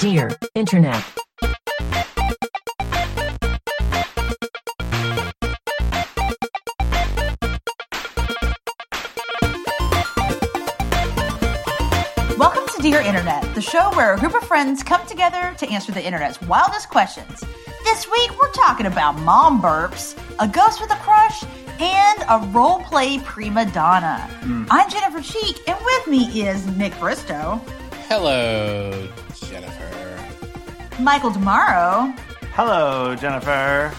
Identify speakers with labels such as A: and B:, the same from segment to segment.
A: Dear Internet.
B: Welcome to Dear Internet, the show where a group of friends come together to answer the internet's wildest questions. This week, we're talking about mom burps, a ghost with a crush, and a role play prima donna. I'm Jennifer Cheek, and with me is Nick Bristow,
C: Hello, Jennifer.
B: Michael Demaro,
D: Hello, Jennifer.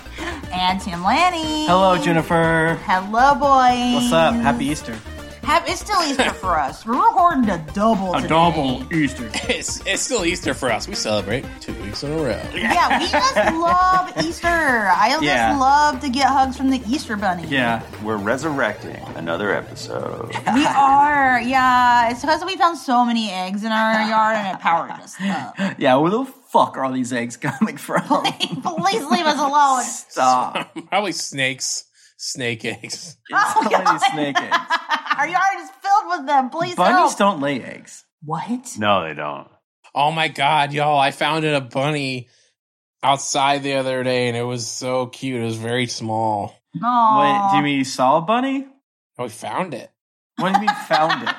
B: and Tim Lanny.
D: Hello, Jennifer.
B: Hello, boys.
D: What's up? Happy Easter.
B: Hap- it's still Easter for us. We're recording a double. today.
D: Easter.
C: It's, it's still Easter for us. We celebrate two weeks in a row.
B: Yeah, we just love Easter. I
D: Yeah.
B: just love to get hugs from the Easter bunny.
D: Yeah.
E: We're resurrecting another episode.
B: We are, yeah. It's because we found so many eggs in our yard and it powered us up.
D: Yeah, where the fuck are all these eggs coming from?
B: Please leave us alone.
D: Stop.
C: Probably snakes, snake eggs.
B: Oh,
D: All
B: God.
D: these snake eggs.
B: Our yard is filled with them. Please
D: Bunnies
B: help.
D: don't lay eggs.
A: What?
E: No, they don't.
C: Oh my god, y'all! I found a bunny outside the other day, and it was so cute. It was very small.
B: Aw.
D: Wait, do you mean you saw a bunny?
C: Oh, we found it.
D: What do you mean found it?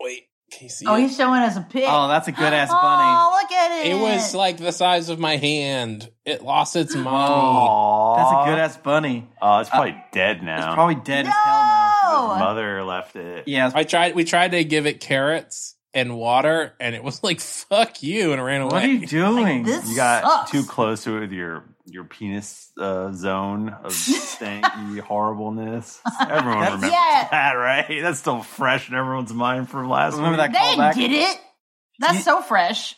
C: Wait, can you see?
B: oh,
C: it?
B: he's showing us a pic.
D: Oh, that's a good ass bunny.
B: Oh, look at it.
C: it was like the size of my hand. It lost its mommy.
B: Oh.
E: Aww.
D: That's a good ass bunny.
E: Oh, it's probably dead now.
D: It's probably dead as hell now.
B: no.
E: Mother left it.
D: Yeah, it's-
C: I tried. We tried to give it carrots and water, and it was like "fuck you" and ran away.
D: what are you doing?
B: This
E: You got
B: sucks.
E: too close to it with your your penis uh, zone of stanky horribleness. Everyone
D: That's-
E: remembers
B: Yeah.
E: that, right? That's still fresh in everyone's mind from last
D: Remember
E: week.
D: that
B: They
D: callback?
B: did it. That's
D: You-
B: so fresh.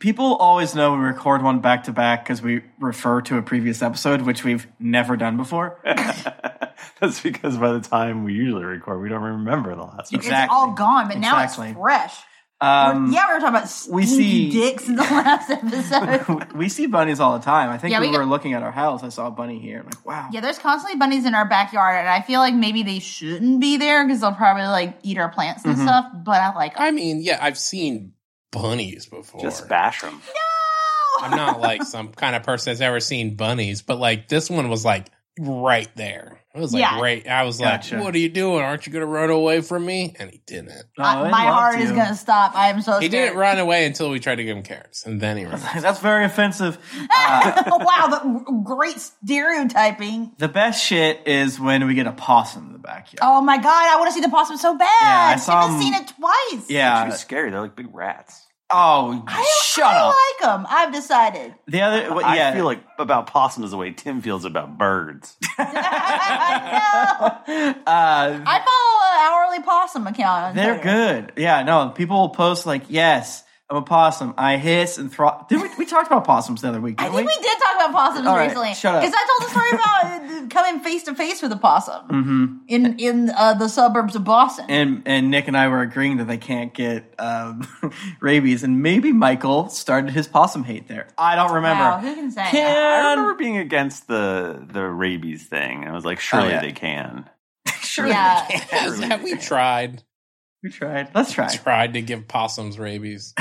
D: People always know we record one back to back because we refer to a previous episode, which we've never done before.
E: That's because by the time we usually record, we don't remember the last one.
B: It's
D: Exactly.
B: all gone, but now
D: Exactly.
B: it's fresh.
D: Um,
B: yeah, we were talking about
D: we
B: stinky
D: see-
B: dicks in the last episode.
D: we see bunnies all the time. I think
B: Yeah,
D: we,
B: we got-
D: were looking at our house. I saw a bunny here. I'm like, wow.
B: yeah, there's constantly bunnies in our backyard, and I feel like maybe they shouldn't be there because they'll probably like eat our plants and
D: Mhm.
B: stuff. But I like,
C: I mean, yeah, I've seen bunnies before.
E: Just bash them.
B: no,
C: I'm not like some kind of person that's ever seen bunnies, but like this one was like right there. It was like
B: Yeah.
C: right. I was
D: Gotcha.
C: like, "What are you doing? Aren't you going to run away from me?" And he didn't.
D: Oh,
B: I-
D: I'd
B: "Ah, my
D: love
B: heart is
D: to.
B: gonna stop. I am so.
C: He
B: scared.
C: didn't run away until we tried to give him carrots, and then he ran. away.
D: That's very offensive. Uh,
B: wow, the great stereotyping.
D: the best shit is when we get a possum in the backyard.
B: Oh my god, I want to see the possum so bad.
D: Yeah, I
B: Tim
D: saw
B: has
D: him-
B: seen it twice.
E: They're
D: yeah.
E: too scary. They're like big rats.
D: Oh,
B: I,
D: shut
B: I
D: up.
B: like them. I've decided.
D: the other, what,
E: I
D: yeah.
E: feel like about possums the way Tim feels about birds.
B: I know.
D: uh,
B: I follow an hourly possum account. On
D: they're
B: Twitter.
D: good. Yeah, no. People will post like, yes, I'm a possum. I hiss and throw. Did we, we talked about possums the other week?
B: I
D: Didn't
B: think we did talk about possums
D: All right,
B: recently.
D: shut up.
B: Because I told the story about uh, coming face to face with a possum
D: Mhm.
B: in in uh, the suburbs of Boston.
D: and and Nick and I were agreeing that they can't get um, rabies, and maybe Michael started his possum hate there. I don't remember.
B: Wow, who can say?
E: I
D: Can
E: remember being against the the rabies thing, and I was like, surely
D: Oh, yeah.
E: they can.
D: sure
B: Yeah.
C: Is that we tried
D: we tried. Let's try. it.
C: tried to give possums rabies.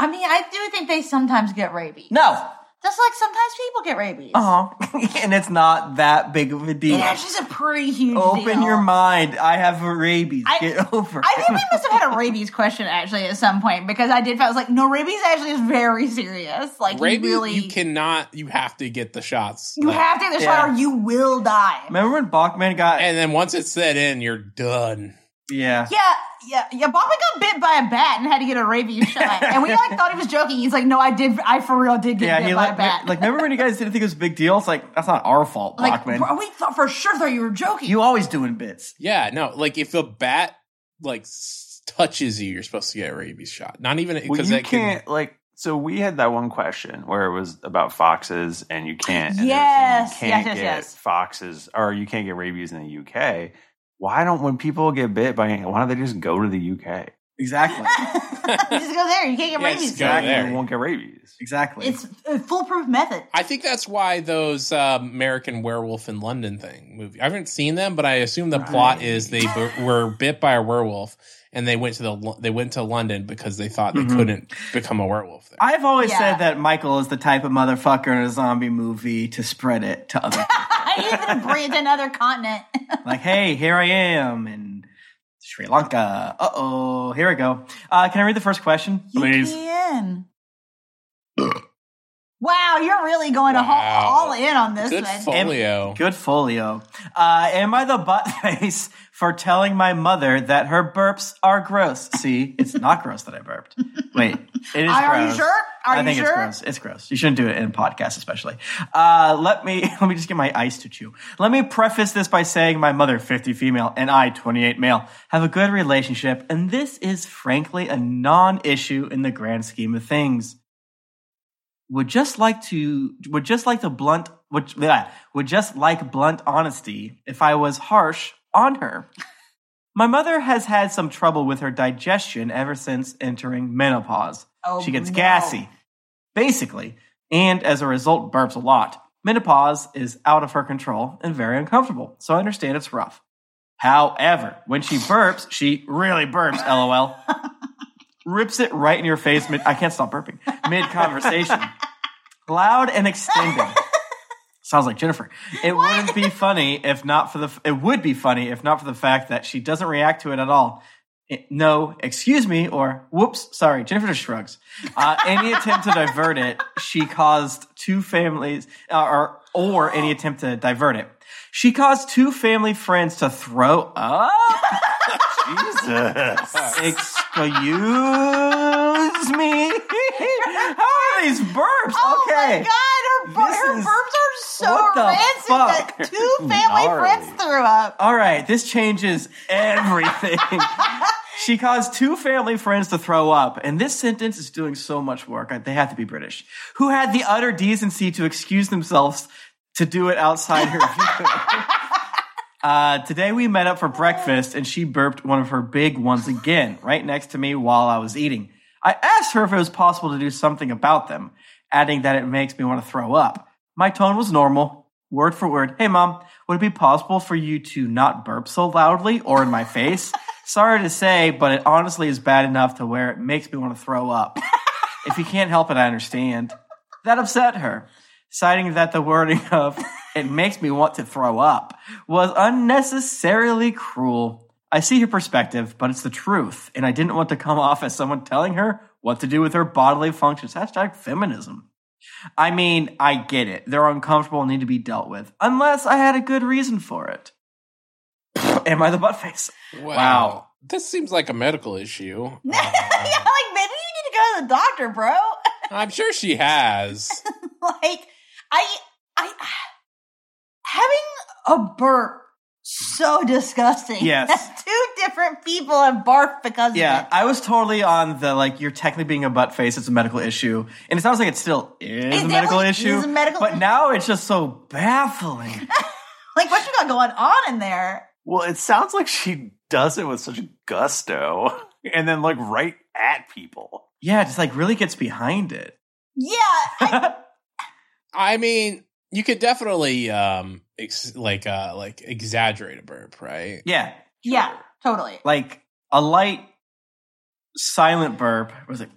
B: I mean, I do think they sometimes get rabies.
D: No.
B: Just like sometimes people get rabies.
D: Oh, and it's not that big of a deal.
B: It actually is a pretty huge
D: Open
B: deal.
D: your mind. I have rabies.
B: I-
D: Get over.
B: I think
D: it.
B: we must have had a rabies question actually at some point because I did. I was like, no, rabies actually is very serious. Like,
C: rabies,
B: you really,
C: you cannot. You have to get the shots.
B: you
C: Like,
B: have to get the shot
D: Yeah.
B: or you will die.
D: Remember when Bachman got?
C: And then once it's set in, you're done.
D: yeah.
B: Yeah, yeah, yeah. Bobby got bit by a bat and had to get a rabies shot, and we like thought he was joking. He's like, "No, I did. I for real did get
D: Yeah,
B: bit
D: he
B: by
D: like,
B: a bat."
D: like remember when you guys didn't think it was a big deal? It's like that's not our fault,
B: like
D: Bachman.
B: bro, we thought for sure thought you were joking.
D: you always doing bits.
C: Yeah, no. Like if a bat like s- touches you, you're supposed to get a rabies shot. Not even
E: Well,
C: because
E: you
C: that can
E: can't like. So we had that one question where it was about foxes, and you can't. and they were saying
B: Yes,
E: you
B: yes,
E: can't
B: yes,
E: get
B: yes.
E: Foxes, or you can't get rabies in the UK. Why don't when people get bit by? Why don't they just go to the UK?
D: Exactly.
B: You just go there. You can't get
C: Yeah,
B: rabies.
C: just go
E: Exactly.
C: there.
E: You won't get rabies.
D: Exactly.
B: It's a foolproof method.
C: I think that's why those um, American Werewolf in London thing movie. I haven't seen them, but I assume the plot is they b- were bit by a werewolf and they went to the Lo- they went to London because they thought they
D: Mhm.
C: couldn't become a werewolf there.
D: I've always
B: Yeah.
D: said that Michael is the type of motherfucker in a zombie movie to spread it to other people.
B: He's gonna bring it to another continent.
D: like, hey, here I am in Sri Lanka. Uh oh, here I go. Uh, can I read the first question?
B: You can. wow, you're really going to
C: Wow.
B: all, all in on this
C: Good
B: one.
C: folio.
D: Good folio. Uh, am I the butt face for telling my mother that her burps are gross? See, it's not gross that I burped. Wait, it is
B: Are, are you
D: gross.
B: sure? Are
D: I
B: you
D: think
B: sure?
D: it's gross. It's gross. You shouldn't do it in podcasts, especially. Uh, let me let me just get my ice to chew. Let me preface this by saying my mother, fifty female, and I, twenty eight male, have a good relationship, and this is frankly a non issue in the grand scheme of things. Would just like to would just like to blunt would, bleh, would just like blunt honesty if I was harsh on her. My mother has had some trouble with her digestion ever since entering menopause.
B: Oh,
D: She gets
B: no.
D: gassy, basically, and as a result, burps a lot. Menopause is out of her control and very uncomfortable, so I understand it's rough. However, when she burps, she really burps, lol. Rips it right in your face mid I can't stop burping. Mid conversation. Loud and extended. Sounds like Jennifer. It wouldn't be funny if not for the f- it would be funny if not for the fact that she doesn't react to it at all. Eh, no, excuse me, or whoops, sorry. Jennifer just shrugs. Uh, any attempt to divert it, she caused two families, uh, or or any attempt to divert it, she caused two family friends to throw up.
E: Jesus.
D: Excuse me. How are these burps?
B: Oh
D: okay.
B: my god, her, bu-
D: This
B: her
D: is-
B: burps are so
D: what the
B: rancid that
D: fuck?
B: two family
E: Gnarly.
B: friends threw up.
D: All right, this changes everything. she caused two family friends to throw up, and this sentence is doing so much work. They have to be British. Who had the utter decency to excuse themselves to do it outside her view? Uh, today we met up for breakfast and she burped one of her big ones again, right next to me while I was eating. I asked her if it was possible to do something about them, adding that it makes me want to throw up. My tone was normal, word for word. Hey mom, would it be possible for you to not burp so loudly or in my face? Sorry to say, but it honestly is bad enough to where it makes me want to throw up. if you can't help it, I understand. That upset her, citing that the wording of it makes me want to throw up was unnecessarily cruel. I see her perspective, but it's the truth, and I didn't want to come off as someone telling her what to do with her bodily functions. Hashtag feminism. I mean, I get it. They're uncomfortable and need to be dealt with, unless I had a good reason for it. Am I the butt face?
C: Wow.
D: Wow.
C: This seems like a medical issue. Um,
B: yeah, like maybe you need to go to the doctor, bro.
C: I'm sure she has.
B: like I I having a burp so disgusting.
D: Yes.
B: That's two different people have barfed because of
D: Yeah,
B: it.
D: I was totally on the like you're technically being a butt face, it's a medical issue. And it sounds like it still is
B: It
D: a medical
B: definitely
D: issue.
B: is a medical
D: but
B: issue.
D: now it's just so baffling.
B: Like what you got going on in there?
E: Well, it sounds like she does it with such gusto and then like right at people.
D: yeah, it just like really gets behind it.
B: Yeah.
C: I mean, you could definitely um ex- like uh like exaggerate a burp, right?
D: yeah,
B: Yeah, totally.
D: like a light silent burp was like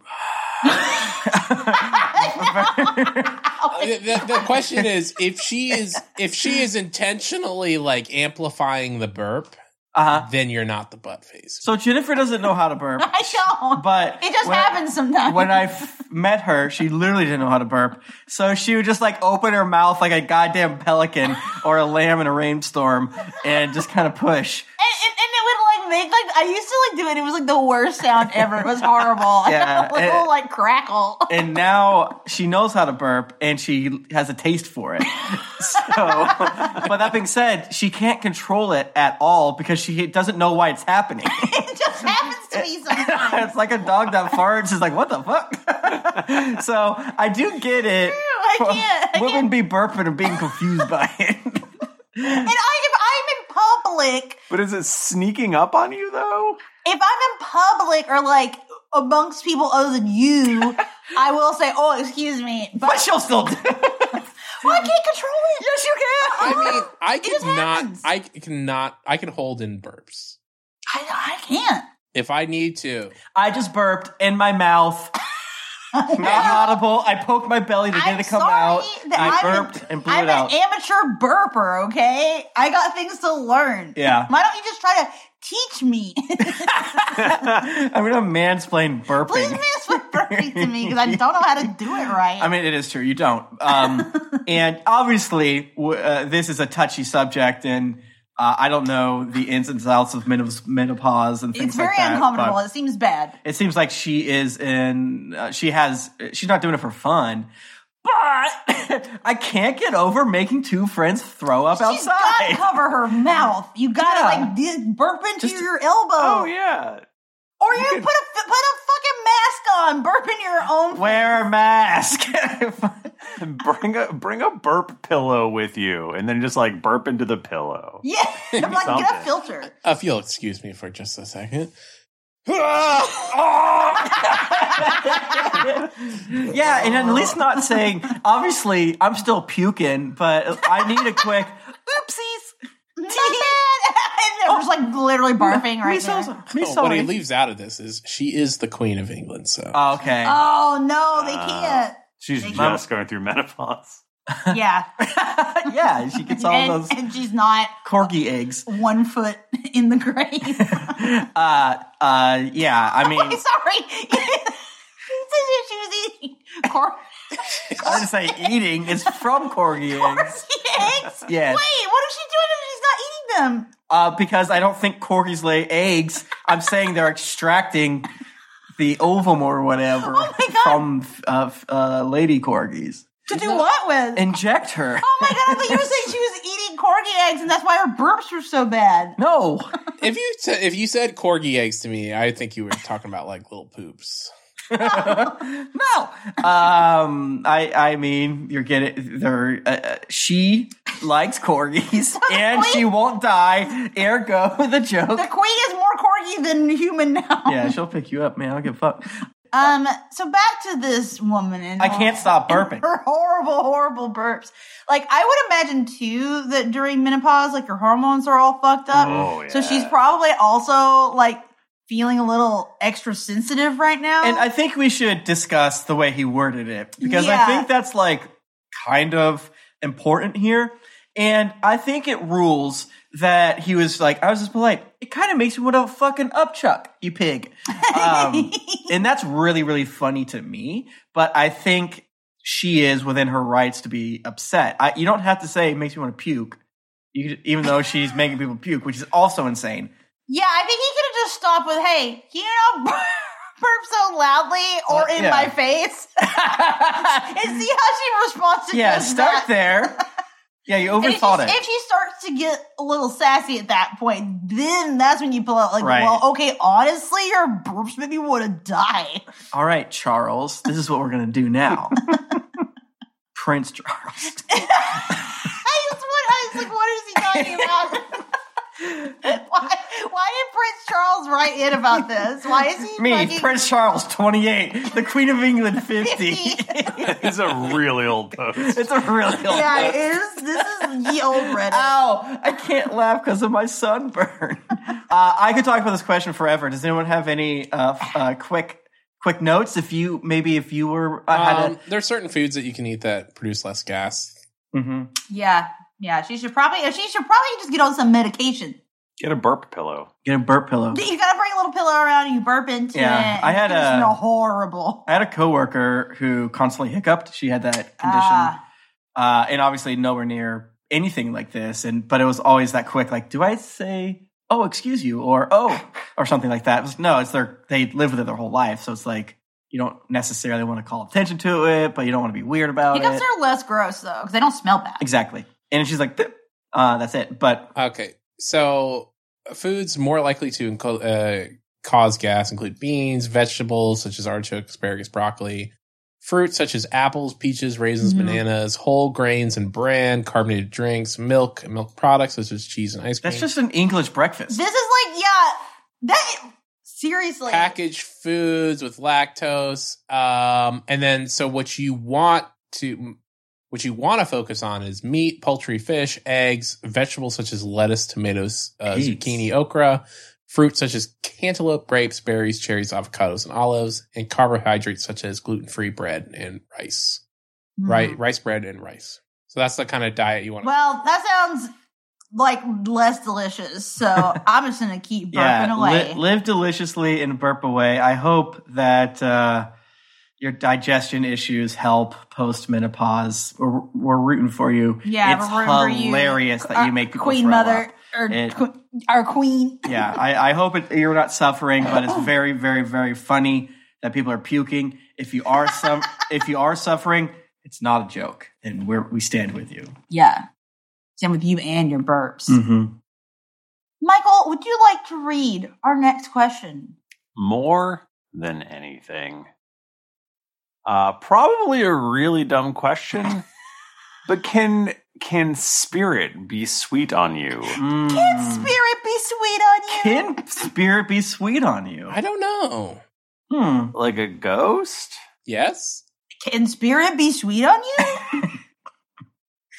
C: the, the- the question is if she is if she is intentionally like amplifying the burp
D: uh-huh.
C: then you're not the butt face
D: so jennifer doesn't know how to burp
B: I don't.
D: but
B: it just
D: when I-
B: happens sometimes.
D: when I f- met her, she literally didn't know how to burp. So she would just like open her mouth like a goddamn pelican or a lamb in a rainstorm and just kind of push.
B: and, and, and it would like make like I used to like do it. It was like the worst sound ever. It was horrible.
D: Yeah,
B: a little
D: it-
B: like crackle.
D: And now she knows how to burp and she has a taste for it. So, but that being said, she can't control it at all because she doesn't know why it's happening.
B: It just happens to me sometimes.
D: it's like a dog that farts is like, what the fuck? so I do get it.
B: I can't. I
D: Women
B: can't.
D: be burping and being confused by it.
B: And I if I'm in public,
E: But is it sneaking up on you though?
B: if I'm in public or like amongst people other than you, I will say, "Oh, excuse me," but
D: But she'll still do.
B: well, I can't control it. Yes, you
C: I mean, I
B: just
C: cannot.
B: happens.
C: I cannot. I can hold in burps
B: I, I can't.
C: if I need to.
D: I just burped in my mouth. Not audible. I poked my belly to get
B: I'm
D: it to come
B: sorry
D: out.
B: that
D: I
B: I'm
D: burped
B: an-
D: and blew
B: I'm
D: it out.
B: an amateur burper. Okay, I got things to learn.
D: Yeah.
B: Why don't you just try to teach me?
D: I'm gonna mansplain
B: Please
D: burping.
B: miss with burping to me because I don't know how to do it right.
D: I mean, it is true. You don't. Um, and obviously, w- uh, this is a touchy subject, and uh, I don't know the ins and outs of menop- menopause and things
B: it's very
D: like that.
B: uncomfortable.
D: but
B: It seems bad.
D: It seems like she is in. Uh, she has. She's not doing it for fun. But I can't get over making two friends throw up
B: She's got to
D: outside.
B: cover her mouth. You got to
D: Yeah.
B: like di- burp into
D: Just-
B: your elbow,
E: Oh yeah.
B: or you, put a put a fucking mask on, burp in your own.
D: Wear a mask.
E: Bring a bring a burp pillow with you, and then just like burp into the pillow.
B: yeah, I'm like get a
E: Something.
B: filter.
C: If you'll excuse me for just a second.
D: yeah, and at least not saying. Obviously, I'm still puking, but I need a quick. Oopsies.
B: Not bad. and they're just like literally barfing
D: me
B: right
D: so,
B: there.
D: me
C: Oh, what
D: sorry.
C: he leaves out of this is she is the queen of England. So
D: Oh, okay.
B: Oh no, they
D: Uh.
B: can't.
E: She's
B: Thank
E: just going through menopause.
B: yeah,
D: yeah, she gets all
B: and,
D: those
B: and she's not
D: corgi eggs.
B: one foot in the grave.
D: Uh, uh, yeah. I mean,
B: Wait, sorry. she was eating cor-
D: I didn't say eating. It's from corgi eggs.
B: eggs.
D: Yes.
B: Wait, what is she doing if she's not eating them?
D: Uh, because I don't think corgis lay eggs. I'm saying they're extracting the ovum or whatever
B: Oh my God.
D: from uh, f- uh, lady corgis.
B: To do what with?
D: Inject her.
B: oh my god, I thought you were saying she was eating corgi eggs and that's why her burps were so bad.
D: No.
C: if you sa- if you said corgi eggs to me, I think you were talking about like little poops.
D: No. Um, I I mean, you're getting there. Uh, uh, she likes corgis, and she won't die. Ergo, the joke.
B: The queen is more corgi than human now.
D: Yeah, she'll pick you up, man. I don't give a fuck.
B: Um, so back to this woman and
D: I can't stop burping.
B: her horrible, horrible burps. Like I would imagine too that during menopause, like your hormones are all fucked up.
E: Oh,
B: So
E: yeah.
B: she's probably also like feeling a little extra sensitive right now.
D: And I think we should discuss the way he worded it because
B: Yeah.
D: I think that's like kind of important here. And I think it rules that he was like, I was just polite. It kind of makes me want to fucking upchuck, you pig. Um, and that's really, really funny to me. But I think she is within her rights to be upset. I, you don't have to say it makes me want to puke, you, could- even though she's making people puke, which is also insane.
B: yeah, I think he could have just stopped with, "Hey, can you not burp so loudly or
D: Uh,
B: in
D: yeah.
B: my face?" and see how she responds to
D: Yeah,
B: just
D: start
B: that.
D: there. Yeah, you
B: And if she,
D: overthought it.
B: if she starts to get a little sassy at that point, then that's when you pull out like,
D: Right.
B: well, okay, honestly, your burps made me want to die.
D: All right, Charles, this is what we're going to do now. Prince Charles.
B: I just want, I was like, what is he talking about? why, why did Prince Charles write in about this? Why is he
D: Me,
B: fucking-
D: Prince Charles, 28, the Queen of England, 50.
E: It's a really old post.
D: it's a really old.
B: yeah, it is. This is ye old Reddit.
D: Ow, I can't laugh because of my sunburn. uh, I could talk about this question forever. Does anyone have any uh, f- uh, quick quick notes? If you, maybe if you were, I had
C: Um, there are certain foods that you can eat that produce less gas.
D: a, Mhm.
B: yeah, yeah. She should probably. She should probably just get on some medication.
E: Get a burp pillow.
D: get a burp pillow.
B: You gotta bring a little pillow around and you burp into
D: Yeah,
B: it. and
D: I had
B: it's gonna
D: a-
B: smell horrible.
D: I had a coworker who constantly hiccuped. She had that condition,
B: Ah.
D: uh, and obviously nowhere near anything like this. And but it was always that quick. Like, do I say, "Oh, excuse you," or "Oh," or something like that? It was- no, it's their they live with it their whole life, so it's like you don't necessarily want to call attention to it, but you don't want to be weird about
B: Hiccups
D: it.
B: are less gross though, because they don't smell bad.
D: exactly. And she's like, "Th- uh, "That's it." But
C: Okay, so foods more likely to inco- uh, cause gas include beans, vegetables such as artichoke, asparagus, broccoli, fruits such as apples, peaches, raisins,
B: Mhm.
D: Mm-hmm.
C: bananas, whole grains and bran, carbonated drinks, milk, and milk products such as cheese and ice cream.
D: that's just an English breakfast.
B: This is like, yeah, that Seriously.
C: packaged foods with lactose. Um, and then so what you want to what you want to focus on is meat, poultry, fish, eggs, vegetables such as lettuce, tomatoes, uh,
D: Jeez.
C: zucchini, okra, fruit such as cantaloupe, grapes, berries, cherries, avocados, and olives, and carbohydrates such as gluten-free bread and rice.
B: Hmm.
C: Right, rice bread and rice. So that's the kind of diet you want. to
B: Well, that sounds like less delicious. So I'm just going to keep burping
D: yeah,
B: away.
D: li- live deliciously and burp away. I hope that uh, your digestion issues help post menopause. We're, we're rooting for you.
B: yeah,
D: it's
B: remember you,
D: hilarious that you
B: uh,
D: make people
B: Queen
D: throw
B: Mother
D: up.
B: or
D: It-
B: que- our queen.
D: yeah, I, I hope it, you're not suffering, but it's very, very, very funny that people are puking. If you are some, if you are suffering, it's not a joke, and we're, we stand with you.
B: Yeah. Same with you and your burps.
D: Mm-hmm.
B: Michael, would you like to read our next question?
E: more than anything. Uh, probably a really dumb question, but can can spirit be sweet on you?
B: Can spirit be sweet on you?
D: Mm. Can spirit be sweet on you?
C: I don't know.
D: Hmm.
E: Like a ghost?
C: Yes.
B: Can spirit be sweet on you?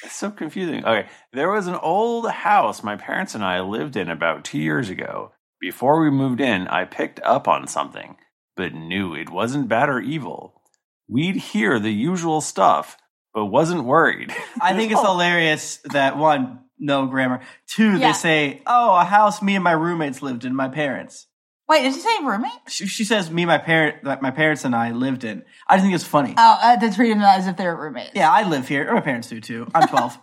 E: It's so confusing. Okay, there was an old house my parents and I lived in about two years ago. Before we moved in, I picked up on something, but knew it wasn't bad or evil. We'd hear the usual stuff, but wasn't worried.
D: I think it's hilarious that one, no grammar. Two,
B: Oh. Yeah.
D: they say, "Oh, a house me and my roommates lived in. My parents."
B: Wait, did you say roommate?
D: She, she says, "Me, my parent, that my parents and I lived in." I just think it's funny.
B: Oh, uh, to treat them as if they're roommates.
D: yeah, I live here. Or my parents do too. I'm 12.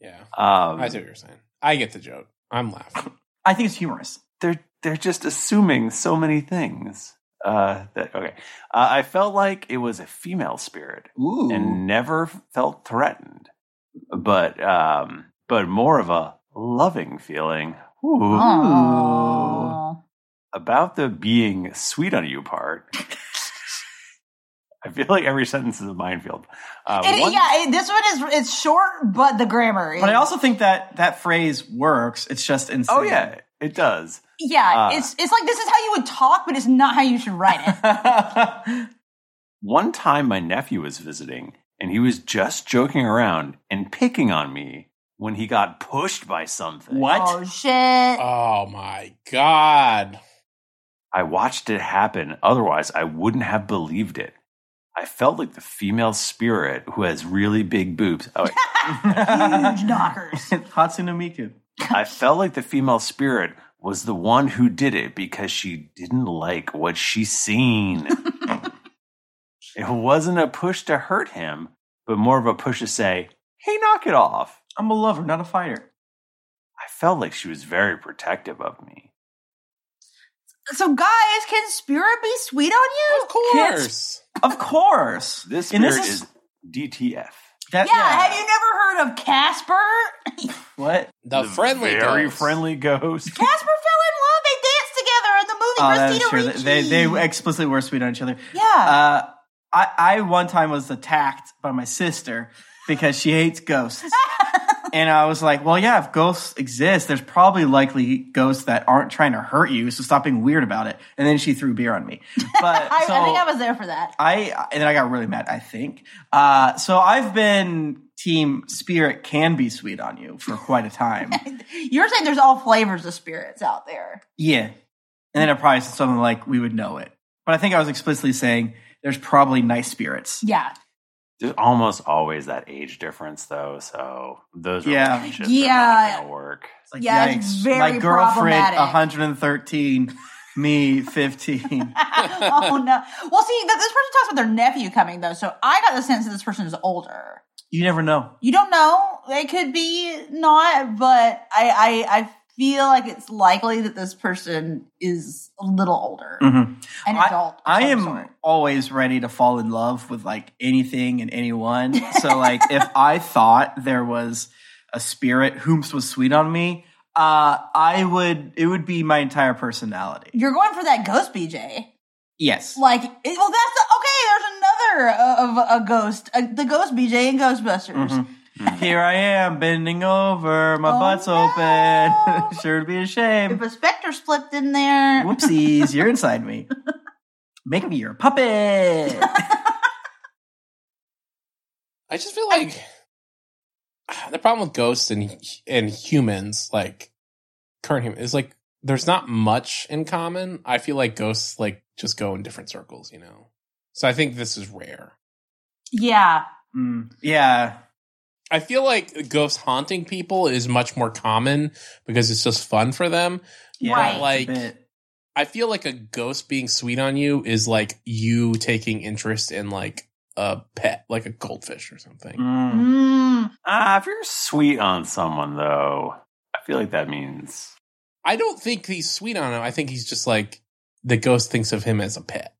C: Yeah.
E: Um,
C: I see what you're saying. I get the joke. I'm laughing.
D: I think it's humorous.
E: they're they're just assuming so many things. Uh, that okay. Uh, I felt like it was a female spirit
D: Ooh.
E: and never felt threatened, but um, but more of a loving feeling. Ooh.
B: Oh. Aw.
E: About the being sweet on you part. I feel like every sentence is a minefield. Uh,
B: It-
E: one-
B: yeah, it- this one is it's short, but the grammar. Is,
D: but I also think that that phrase works. It's just insane.
E: Oh yeah, it does.
B: yeah,
D: Ah.
E: uh,
B: it's it's like this is how you would talk, but it's not how you should write it.
D: yeah.
E: One time my nephew was visiting and he was just joking around and picking on me when he got pushed by something.
D: What? Uh.
B: Oh shit!
C: Oh my god.
E: I watched it happen, otherwise, I wouldn't have believed it. I felt like the female spirit who has really big boobs. Oh, wait.
B: Huge knockers.
D: Hatsune Miku.
E: I felt like the female spirit was the one who did it because she didn't like what she seen. it wasn't a push to hurt him, but more of a push to say, hey, knock it off.
D: I'm a lover, not a fighter.
E: I felt like she was very protective of me.
B: So guys, can spirit be sweet on you?
C: Of course.
D: Of course.
E: This
D: And
E: spirit
D: this
E: is, DTF.
D: that,
B: Yeah, Have you never heard of Casper?
D: What?
C: The, friendly
E: very
C: ghost.
E: friendly ghost.
B: Casper fell in love. They danced together in the movie.
D: Oh, that is
B: Christina
D: true. They,
B: Ricci.
D: they explicitly were sweet on each other.
B: yeah.
D: Uh, I, I one time was attacked by my sister because she hates ghosts. and I was like, well, yeah, if ghosts exist, there's probably likely ghosts that aren't trying to hurt you, so stop being weird about it. And then she threw beer on me. But
B: I,
D: so
B: I think I was there for that.
D: I- and then I got really mad, I think. Uh, so I've been team spirit can be sweet on you for quite a time.
B: You're saying there's all flavors of spirits out there.
D: Yeah. And then I probably said something like, we would know it. But I think I was explicitly saying there's probably nice spirits.
B: Yeah.
E: There's almost always that age difference, though. So those
D: Yeah.
E: relationships are
B: Yeah.
E: not going to work.
D: It's like,
B: Yeah, it's
D: yikes.
B: very
D: My girlfriend,
B: problematic.
D: 113, me, 15.
B: oh no. Well, see, th- this person talks about their nephew coming though, so I got the sense that this person is older.
D: you never know.
B: You don't know; they could be not, but I, I, I feel like it's likely that this person is a little older,
D: Mhm.
B: an adult. of
D: I
B: some
D: am
B: sort.
D: always ready to fall in love with like anything and anyone. So, like, if I thought there was a spirit whom's was sweet on me, uh, I would, it would be my entire personality.
B: You're going for that ghost, BJ.
D: Yes.
B: Like, it- uh, well, that's the, okay. There's another of, of a ghost, uh the ghost BJ in Ghostbusters.
D: Mhm. Here I am, bending over, my
B: Oh,
D: butt's
B: no.
D: open. sure would be a
B: If
D: shame.
B: a specter slipped in there,
D: Whoopsies, you're inside me. Make me your puppet.
C: I just feel like the problem with ghosts and and humans, like current human, is like there's not much in common. I feel like ghosts like just go in different circles, you know. So I think this is rare.
B: yeah,
D: Mm, yeah.
C: I feel like ghosts haunting people is much more common because it's just fun for them.
D: Yeah.
B: Right.
D: it's a
C: Like-
D: bit.
C: I feel like a ghost being sweet on you is like you taking interest in like a pet, like a goldfish or something.
D: Mm.
B: mm,
E: Ah, if you're sweet on someone, though, I feel like that means
C: I don't think he's sweet on him. I think he's just like the ghost thinks of him as a pet.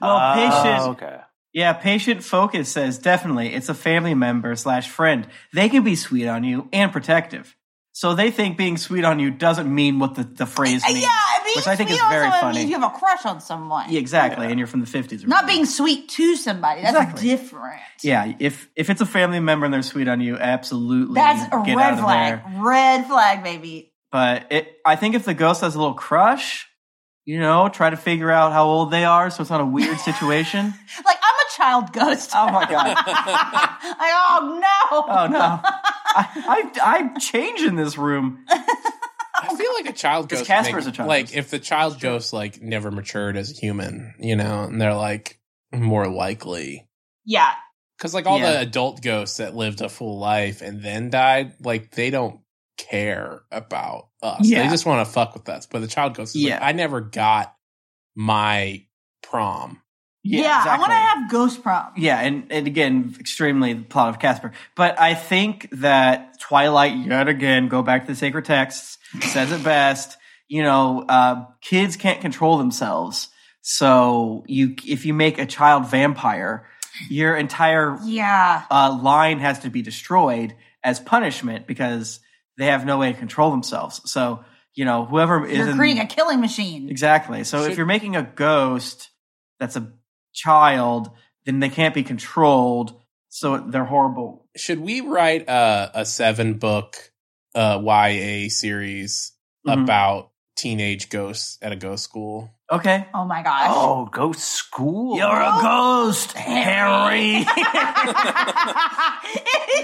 D: Well,
E: patience.
D: patient.
E: uh, Okay.
D: Ah, Yeah, patient focus says definitely it's a family member slash friend. They can be sweet on you and protective. So they think being sweet on you doesn't mean what the, the phrase means.
B: yeah. I mean,
D: Which I think
B: sweet
D: is very
B: also
D: funny.
B: means you have a crush on someone.
D: Yeah, exactly. And you're from the 50s. or
B: Not
D: whatever.
B: being sweet to somebody. That's
D: Exactly.
B: different.
D: Yeah, if if it's a family member and they're sweet on you, absolutely.
B: That's a
D: get out
B: red
D: of
B: flag.
D: There.
B: Red flag, baby.
D: But it, I think if the ghost has a little crush, you know, try to figure out how old they are so it's not a weird situation.
B: Like I'm a child ghost.
D: oh my god.
B: like, oh no.
D: Oh no. I, I I'm changing this room.
C: I feel like a child
D: Because
C: ghost.
D: Casper's
C: make-
D: a child
C: Like
D: ghost.
C: if the child ghost like never matured as a human, you know, and they're like more likely
B: Yeah.
C: because like all
D: Yeah.
C: the adult ghosts that lived a full life and then died, like they don't care about us. They
D: Yeah.
C: just want to fuck with us. But the child ghost, is like,
D: Yeah.
C: I never got my prom.
B: Yeah. I want to have ghost prom.
D: Yeah, and, and again, extremely the plot of Casper. But I think that Twilight, yet again, go back to the sacred texts, says it best. You know, uh, kids can't control themselves. So you, if you make a child vampire, your entire
B: Yeah.
D: uh, line has to be destroyed as punishment because they have no way to control themselves. So you know, whoever is
B: You're
D: in-
B: creating a killing machine.
D: Exactly. So
C: Should-
D: if you're making a ghost that's a child, then they can't be controlled. So they're horrible.
C: Should we write a, a seven book uh, YA series
D: Mhm.
C: about teenage ghosts at a ghost school?
D: Okay.
B: Oh my gosh.
E: Oh, go school.
D: ghost,
B: Harry. you just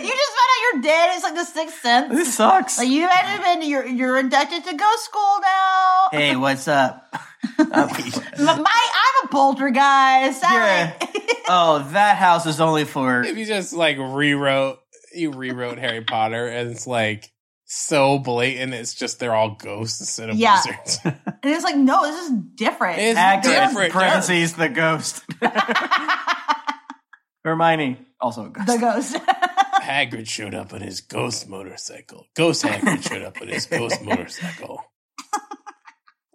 B: found out you're dead. It's like the sixth sense.
D: this sucks.
B: Like you haven't been. You're you're inducted to ghost school now.
D: hey, what's up?
B: M- My, I'm a poltergeist. I-
D: oh, that house is only for.
C: If you just like rewrote, you rewrote Harry Potter, and it's like so blatant. It's just they're all ghosts instead of
B: Yeah.
C: wizards.
B: And it's like, no, this is different.
C: It's
D: Actress,
C: different.
D: parentheses, the ghost. Hermione, also a ghost.
B: the ghost.
C: Hagrid showed up on his ghost motorcycle. Ghost Hagrid showed up on his ghost motorcycle.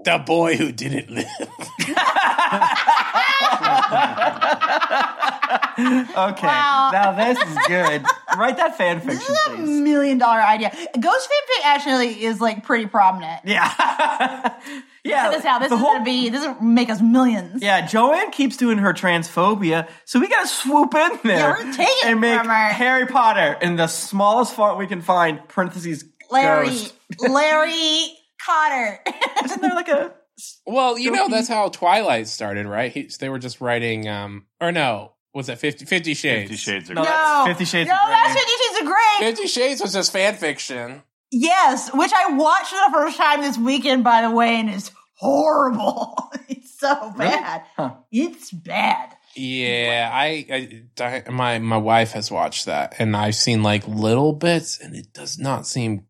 C: The boy who didn't live.
D: okay.
B: Wow.
D: Now this is good. Write that fan
B: this
D: fiction,
B: is a
D: please.
B: million dollar idea. Ghost fanfic actually is like pretty prominent.
D: Yeah. yeah.
B: Check this out. This
D: the
B: is
D: whole-
B: gonna be. This will make us millions.
D: Yeah, Joanne keeps doing her transphobia, so we gotta swoop in there
B: we're taking it
D: and make
B: from her.
D: Harry Potter in the smallest font we can find. Parentheses.
B: Larry,
D: Ghost.
B: Larry Cotter.
D: Isn't there like a?
C: Well, you know, that's how Twilight started, right? He, they were just writing, um, or no, was it 50, 50 Shades?
E: Fifty Shades are
D: No, that's Fifty Shades
B: No,
D: of Grey.
B: that's Fifty Shades of Grey.
C: 50 Shades was just fan fiction.
B: Yes, which I watched for the first time this weekend, by the way, and it's horrible. it's so
D: Really?
B: bad.
D: Huh.
B: It's bad.
C: Yeah, I, I di- my my wife has watched that, and I've seen like little bits, and it does not seem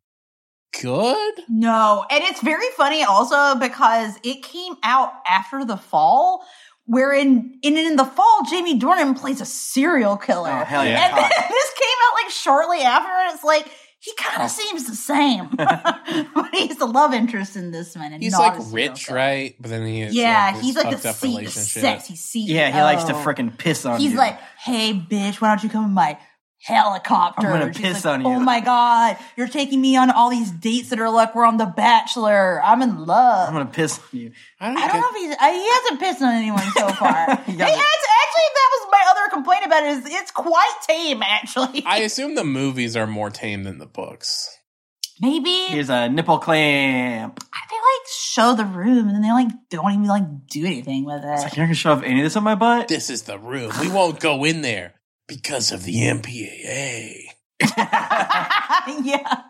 C: good.
B: No, and it's very funny also because it came out after the fall, wherein in in the fall Jamie Dornan plays a serial killer.
D: Oh hell
C: Yeah.
D: yeah!
B: and
D: Hot.
B: then this came out like shortly after, and it's like he
D: Oh.
B: kind of seems the same, but he's the love interest in this one. And
C: He's
B: not
C: like
B: a serial
C: rich,
B: killer.
C: right? But then he has,
B: Yeah,
C: this
B: he's like
C: fucked
B: the,
C: up
B: C- E the sexy CEO.
D: Yeah, he likes to frickin' piss
B: Oh.
D: on
B: He's
D: you.
B: like, hey, bitch, why don't you come in my helicopter?
D: I'm gonna
B: And she's
D: piss
B: like,
D: on you.
B: Oh my god, you're taking me on all these dates that are like we're on The Bachelor. I'm in love.
D: I'm gonna piss on you.
C: I don't,
B: I don't know if he's. I, he hasn't pissed on anyone so far.
D: He
B: he has, actually,
D: hasn't.
B: that was my other complain about it is it's quite tame, actually.
C: I assume the movies are more tame than the books.
B: Maybe
D: Here's a nipple clamp.
B: they like show the room and then they like don't even like do anything with
D: It's like,
B: it.
D: you're not gonna shove any of this on my butt.
C: This is the room. We won't go in there because of the MPAA.
B: yeah.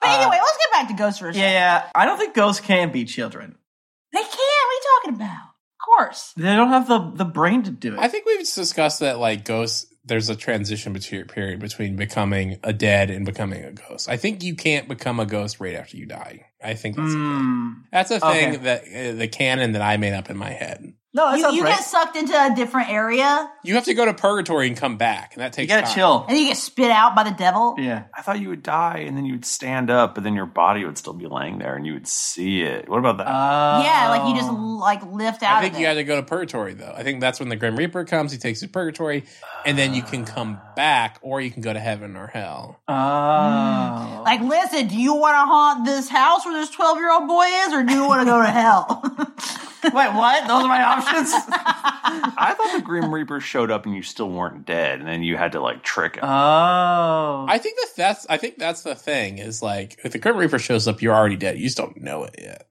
B: But anyway, let's get back to Ghost for a
D: Uh, Yeah,
B: second.
D: yeah. I don't think ghosts can be children.
B: They can't. What are you talking about? Of course.
D: They don't have the, the brain to do it.
C: I think we've discussed that like ghosts. There's a transition between period between becoming a dead and becoming a ghost. I think you can't become a ghost right after you die. I think that's
D: Mm.
C: that's a thing
D: Okay.
C: that uh, the canon that I made up in my head.
D: No, Oh, that
B: you
D: sounds
B: you
D: right.
B: get sucked into a different area
C: You have to go to purgatory and come back, and that
D: you
C: takes
D: gotta
C: time.
D: chill.
B: and you get spit out by the devil.
D: Yeah.
E: I thought you would die and then you would stand up, but then your body would still be laying there and you would see it. What about that?
D: Uh,
B: Yeah, like you just like lift out
C: I think
B: of it.
C: you got to go to purgatory though. I think that's when the Grim Reaper comes. He takes you to purgatory, and then you can come back, or you can go to heaven or hell.
D: oh.
B: like, listen, do you want to haunt this house where this 12 year old boy is, or do you want to go to hell? Hmm.
D: Wait, what? Those are my options?
E: I thought the Grim Reaper showed up and you still weren't dead, and then you had to like trick him.
D: oh.
C: I think that that's I think that's the thing is like if the Grim Reaper shows up, you're already dead. You just don't know it yet.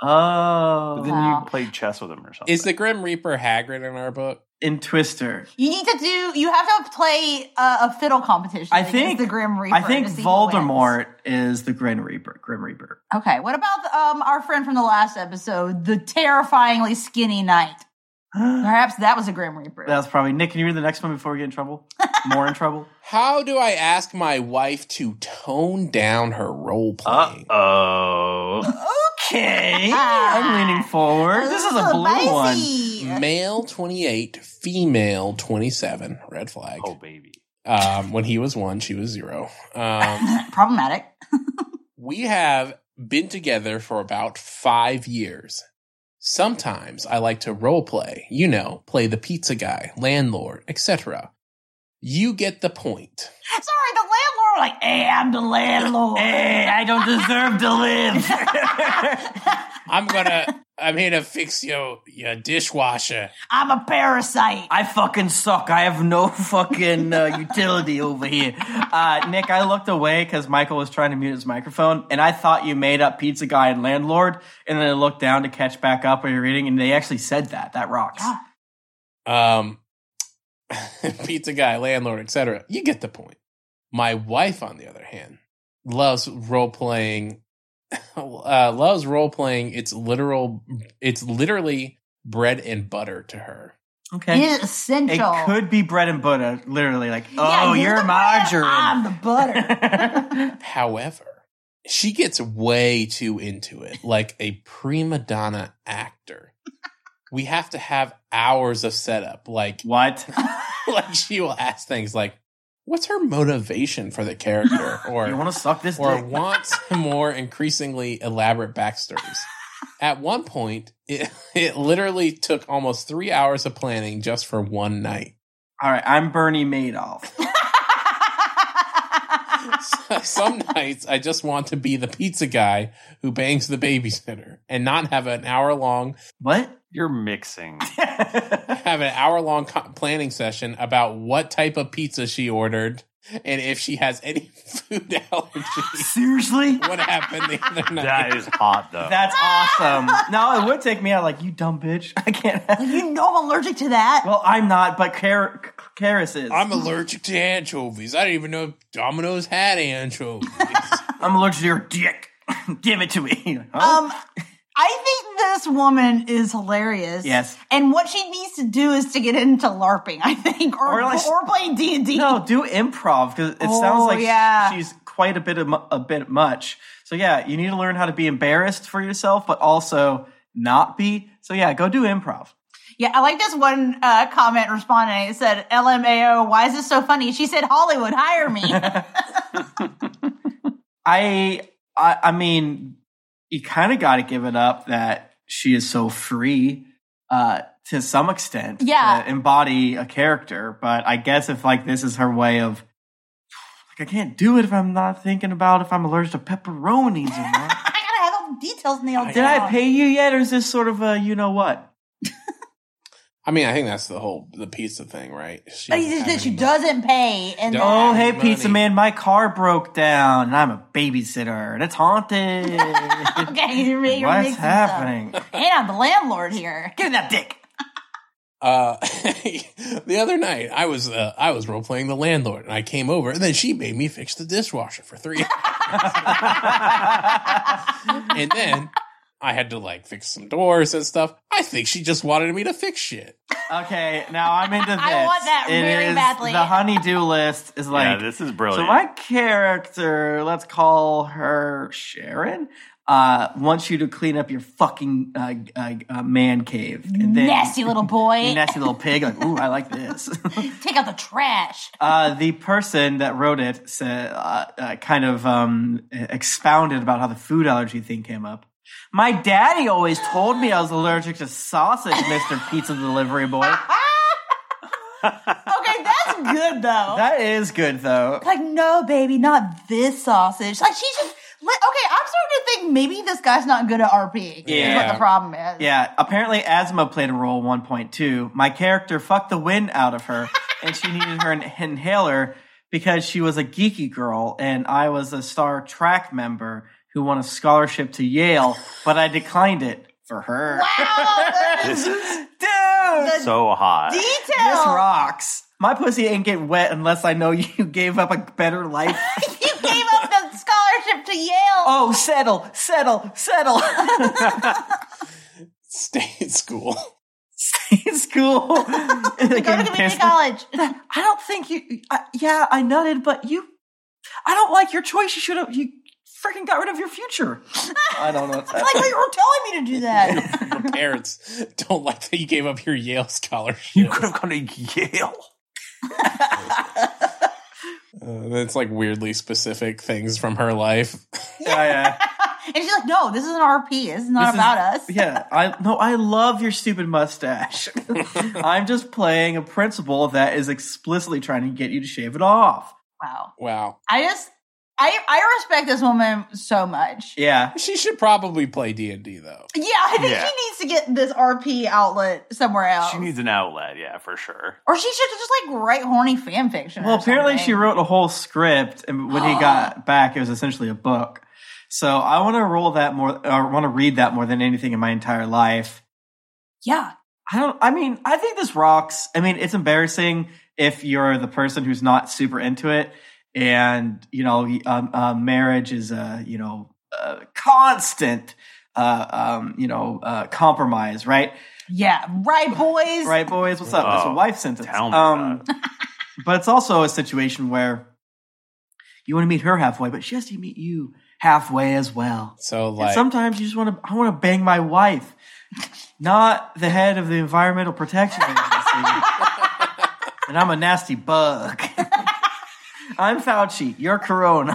E: but
D: oh.
E: then
B: Wow.
E: you played chess with him or something.
C: Is the Grim Reaper Hagrid in our book?
D: In Twister.
B: you need to do, you have to play uh, a fiddle competition.
D: I
B: against
D: think-
B: the Grim Reaper.
D: I think
B: to see who wins.
D: Voldemort is the Grim Reaper. Grim Reaper.
B: Okay, what about um, our friend from the last episode, the terrifyingly skinny knight? Perhaps that was a Grim Reaper.
D: That's probably Nick. Can you read the next one before we get in trouble? More in trouble.
C: How do I ask my wife to tone down her role
E: Uh
C: playing?
E: oh.
D: Okay, I'm leaning forward. This is a blue one.
B: spicy.
C: Male 28, female 27, red flag.
E: Oh, baby.
C: Um, when he was one, she was zero. Um,
B: Problematic.
C: we have been together for about five years. Sometimes I like to role play, you know, play the pizza guy, landlord, etc. You get the point.
B: Sorry, the landlord. Like, hey, I'm the landlord.
D: Hey, I don't deserve to live.
C: I'm gonna, I'm here to fix your your dishwasher.
B: I'm a parasite.
D: I fucking suck. I have no fucking uh, utility over here. Uh, Nick, I looked away because Michael was trying to mute his microphone, and I thought you made up pizza guy and landlord, and then I looked down to catch back up what you're reading, and they actually said that. That rocks.
B: Yeah.
C: um, pizza guy, landlord, etc. You get the point. My wife, on the other hand, loves role playing. Uh, loves role playing. It's literal. It's literally bread and butter to her.
D: Okay.
B: it is
D: It
B: essential.
D: could be bread and butter, literally. Like,
B: Yeah,
D: oh, you're
B: the bread,
D: margarine.
B: I'm the butter.
C: However, she gets way too into it, like a prima donna actor. We have to have hours of setup. Like,
D: what?
C: like she will ask things like, "What's her motivation for the character?" Or
D: You want to suck this
C: or
D: dick?
C: wants more increasingly elaborate backstories. At one point, it, it literally took almost three hours of planning just for one night.
D: All right, I'm Bernie Madoff.
C: Some nights I just want to be the pizza guy who bangs the babysitter and not have an hour long
D: What?
E: You're mixing.
C: have an hour long co- planning session about what type of pizza she ordered and if she has any food allergies.
D: Seriously?
C: what happened the other night?
E: that is hot, though.
D: That's awesome. No, it would take me out. Like, you dumb bitch. I can't.
B: you know I'm allergic to that.
D: Well, I'm not, but Car- Karis is. I'm,
C: I'm allergic to anchovies. I didn't even know Domino's had anchovies.
D: allergic to your dick. Give it to me. Huh?
B: Um, I think this woman is hilarious.
D: Yes.
B: And what she needs to do is to get into LARPing, I think, or
D: Or
B: or,
D: like-
B: playing D and D.
D: no, do improv because it
B: Oh,
D: sounds like sh-
B: yeah.
D: she's quite a bit of, mu- a bit much. So yeah, you need to learn how to be embarrassed for yourself, but also not be. So yeah, go do improv.
B: Yeah, I like this one uh, comment responding. It said, "LMAO, why is this so funny?" She said, "Hollywood, hire me."
D: I I, I mean, you kind of got to give it up that she is so free uh, to some extent.
B: Yeah.
D: to embody a character, but I guess if like this is her way of like I can't do it if I'm not thinking about if I'm allergic to pepperonis or
B: I
D: not.
B: gotta have all the details nailed
C: I-
D: Did
B: down.
D: I pay you yet, or is this sort of a you know what?
C: I mean, I think that's the whole the pizza thing, right? She
B: But
C: doesn't
B: he just
C: have
B: that she
C: any money.
B: doesn't pay, and
C: Don't.
D: Oh,
B: then-
D: hey,
C: Money.
D: pizza man, my car broke down and I'm a babysitter and it's haunted.
B: okay, you're really you're
D: What's
B: mixing stuff.
D: happening?
B: And I'm the landlord here.
D: Give me that dick.
C: Uh, the other night, I was uh, I was role playing the landlord, and I came over, and then she made me fix the dishwasher for three, and then I had to like fix some doors and stuff. I think she just wanted me to fix shit.
D: okay, now I'm into this.
B: I want that
D: It
B: really
D: is-
B: badly.
D: The honeydew list is like
E: yeah, this is brilliant.
D: So my character, let's call her Sharon, uh, wants you to clean up your fucking uh, uh, uh, man cave. And then
B: Nasty little boy.
D: nasty little pig. Like, ooh, I like this.
B: Take out the trash.
D: uh, the person that wrote it said, uh, uh, kind of um, expounded about how the food allergy thing came up. My daddy always told me I was allergic to sausage, Mister Pizza Delivery Boy.
B: Okay, that's good though.
D: That is good though.
B: like, no, baby, not this sausage. Like, she's just. li- Okay, I'm starting to think maybe this guy's not good at RP. Is what
C: Yeah.
B: the problem is.
D: Yeah, apparently asthma played a role in 1.2. My character fucked the wind out of her, and she needed her an inhaler because she was a geeky girl, and I was a Star Trek member who won a scholarship to Yale, but I declined it for her.
B: Wow, that is
E: this is
D: Dude,
E: so hot.
D: this
B: detail.
D: rocks. My pussy ain't get wet unless I know you gave up a better life.
B: you gave up the scholarship to Yale.
D: oh, settle, settle, settle.
C: Stay in school.
D: it's cool.
B: Go to
D: Getting
B: community
D: pissed
B: college.
D: I don't think you. I, yeah, I nutted, but you. I don't like your choice. You should have. You freaking got rid of your future. I don't know. What's
B: like you were telling me to do that.
C: Your parents don't like that you gave up your Yale scholarship.
E: You could have gone to Yale.
C: Uh, that's like weirdly specific things from her life.
D: yeah,
B: and she's like, "No, this is an RP. This is not
D: This is-
B: about us."
D: yeah, yeah. I no. I love your stupid mustache. I'm just playing a principal that is explicitly trying to get you to shave it off.
B: Wow.
C: Wow.
B: I just, I, I respect this woman so much.
D: Yeah.
C: She should probably play D and D though.
B: Yeah, I think
E: Yeah.
B: she needs to get this RP outlet somewhere else.
E: She needs an outlet, yeah, for sure.
B: or she should just like write horny fan fiction. or
D: Well, apparently
B: something.
D: she wrote a whole script, and when he got back, it was essentially a book. So I want to roll that more. Or want to read that more than anything in my entire life.
B: Yeah.
D: I don't. I mean, I think this rocks. I mean, it's embarrassing if you're the person who's not super into it, and you know, um, uh, marriage is a you know uh constant, uh, um, you know, uh, compromise, right?
B: Yeah. Right, boys.
D: Right, boys. What's up? That's a
E: Oh,
D: life sentence. Um,
E: Tell me
D: but it's also a situation where you want to meet her halfway, but she has to meet you halfway as well.
C: So
D: And
C: like
D: sometimes you just want to. I want to bang my wife, not the head of the environmental protection agency. and I'm a nasty bug. I'm Fauci. You're Corona.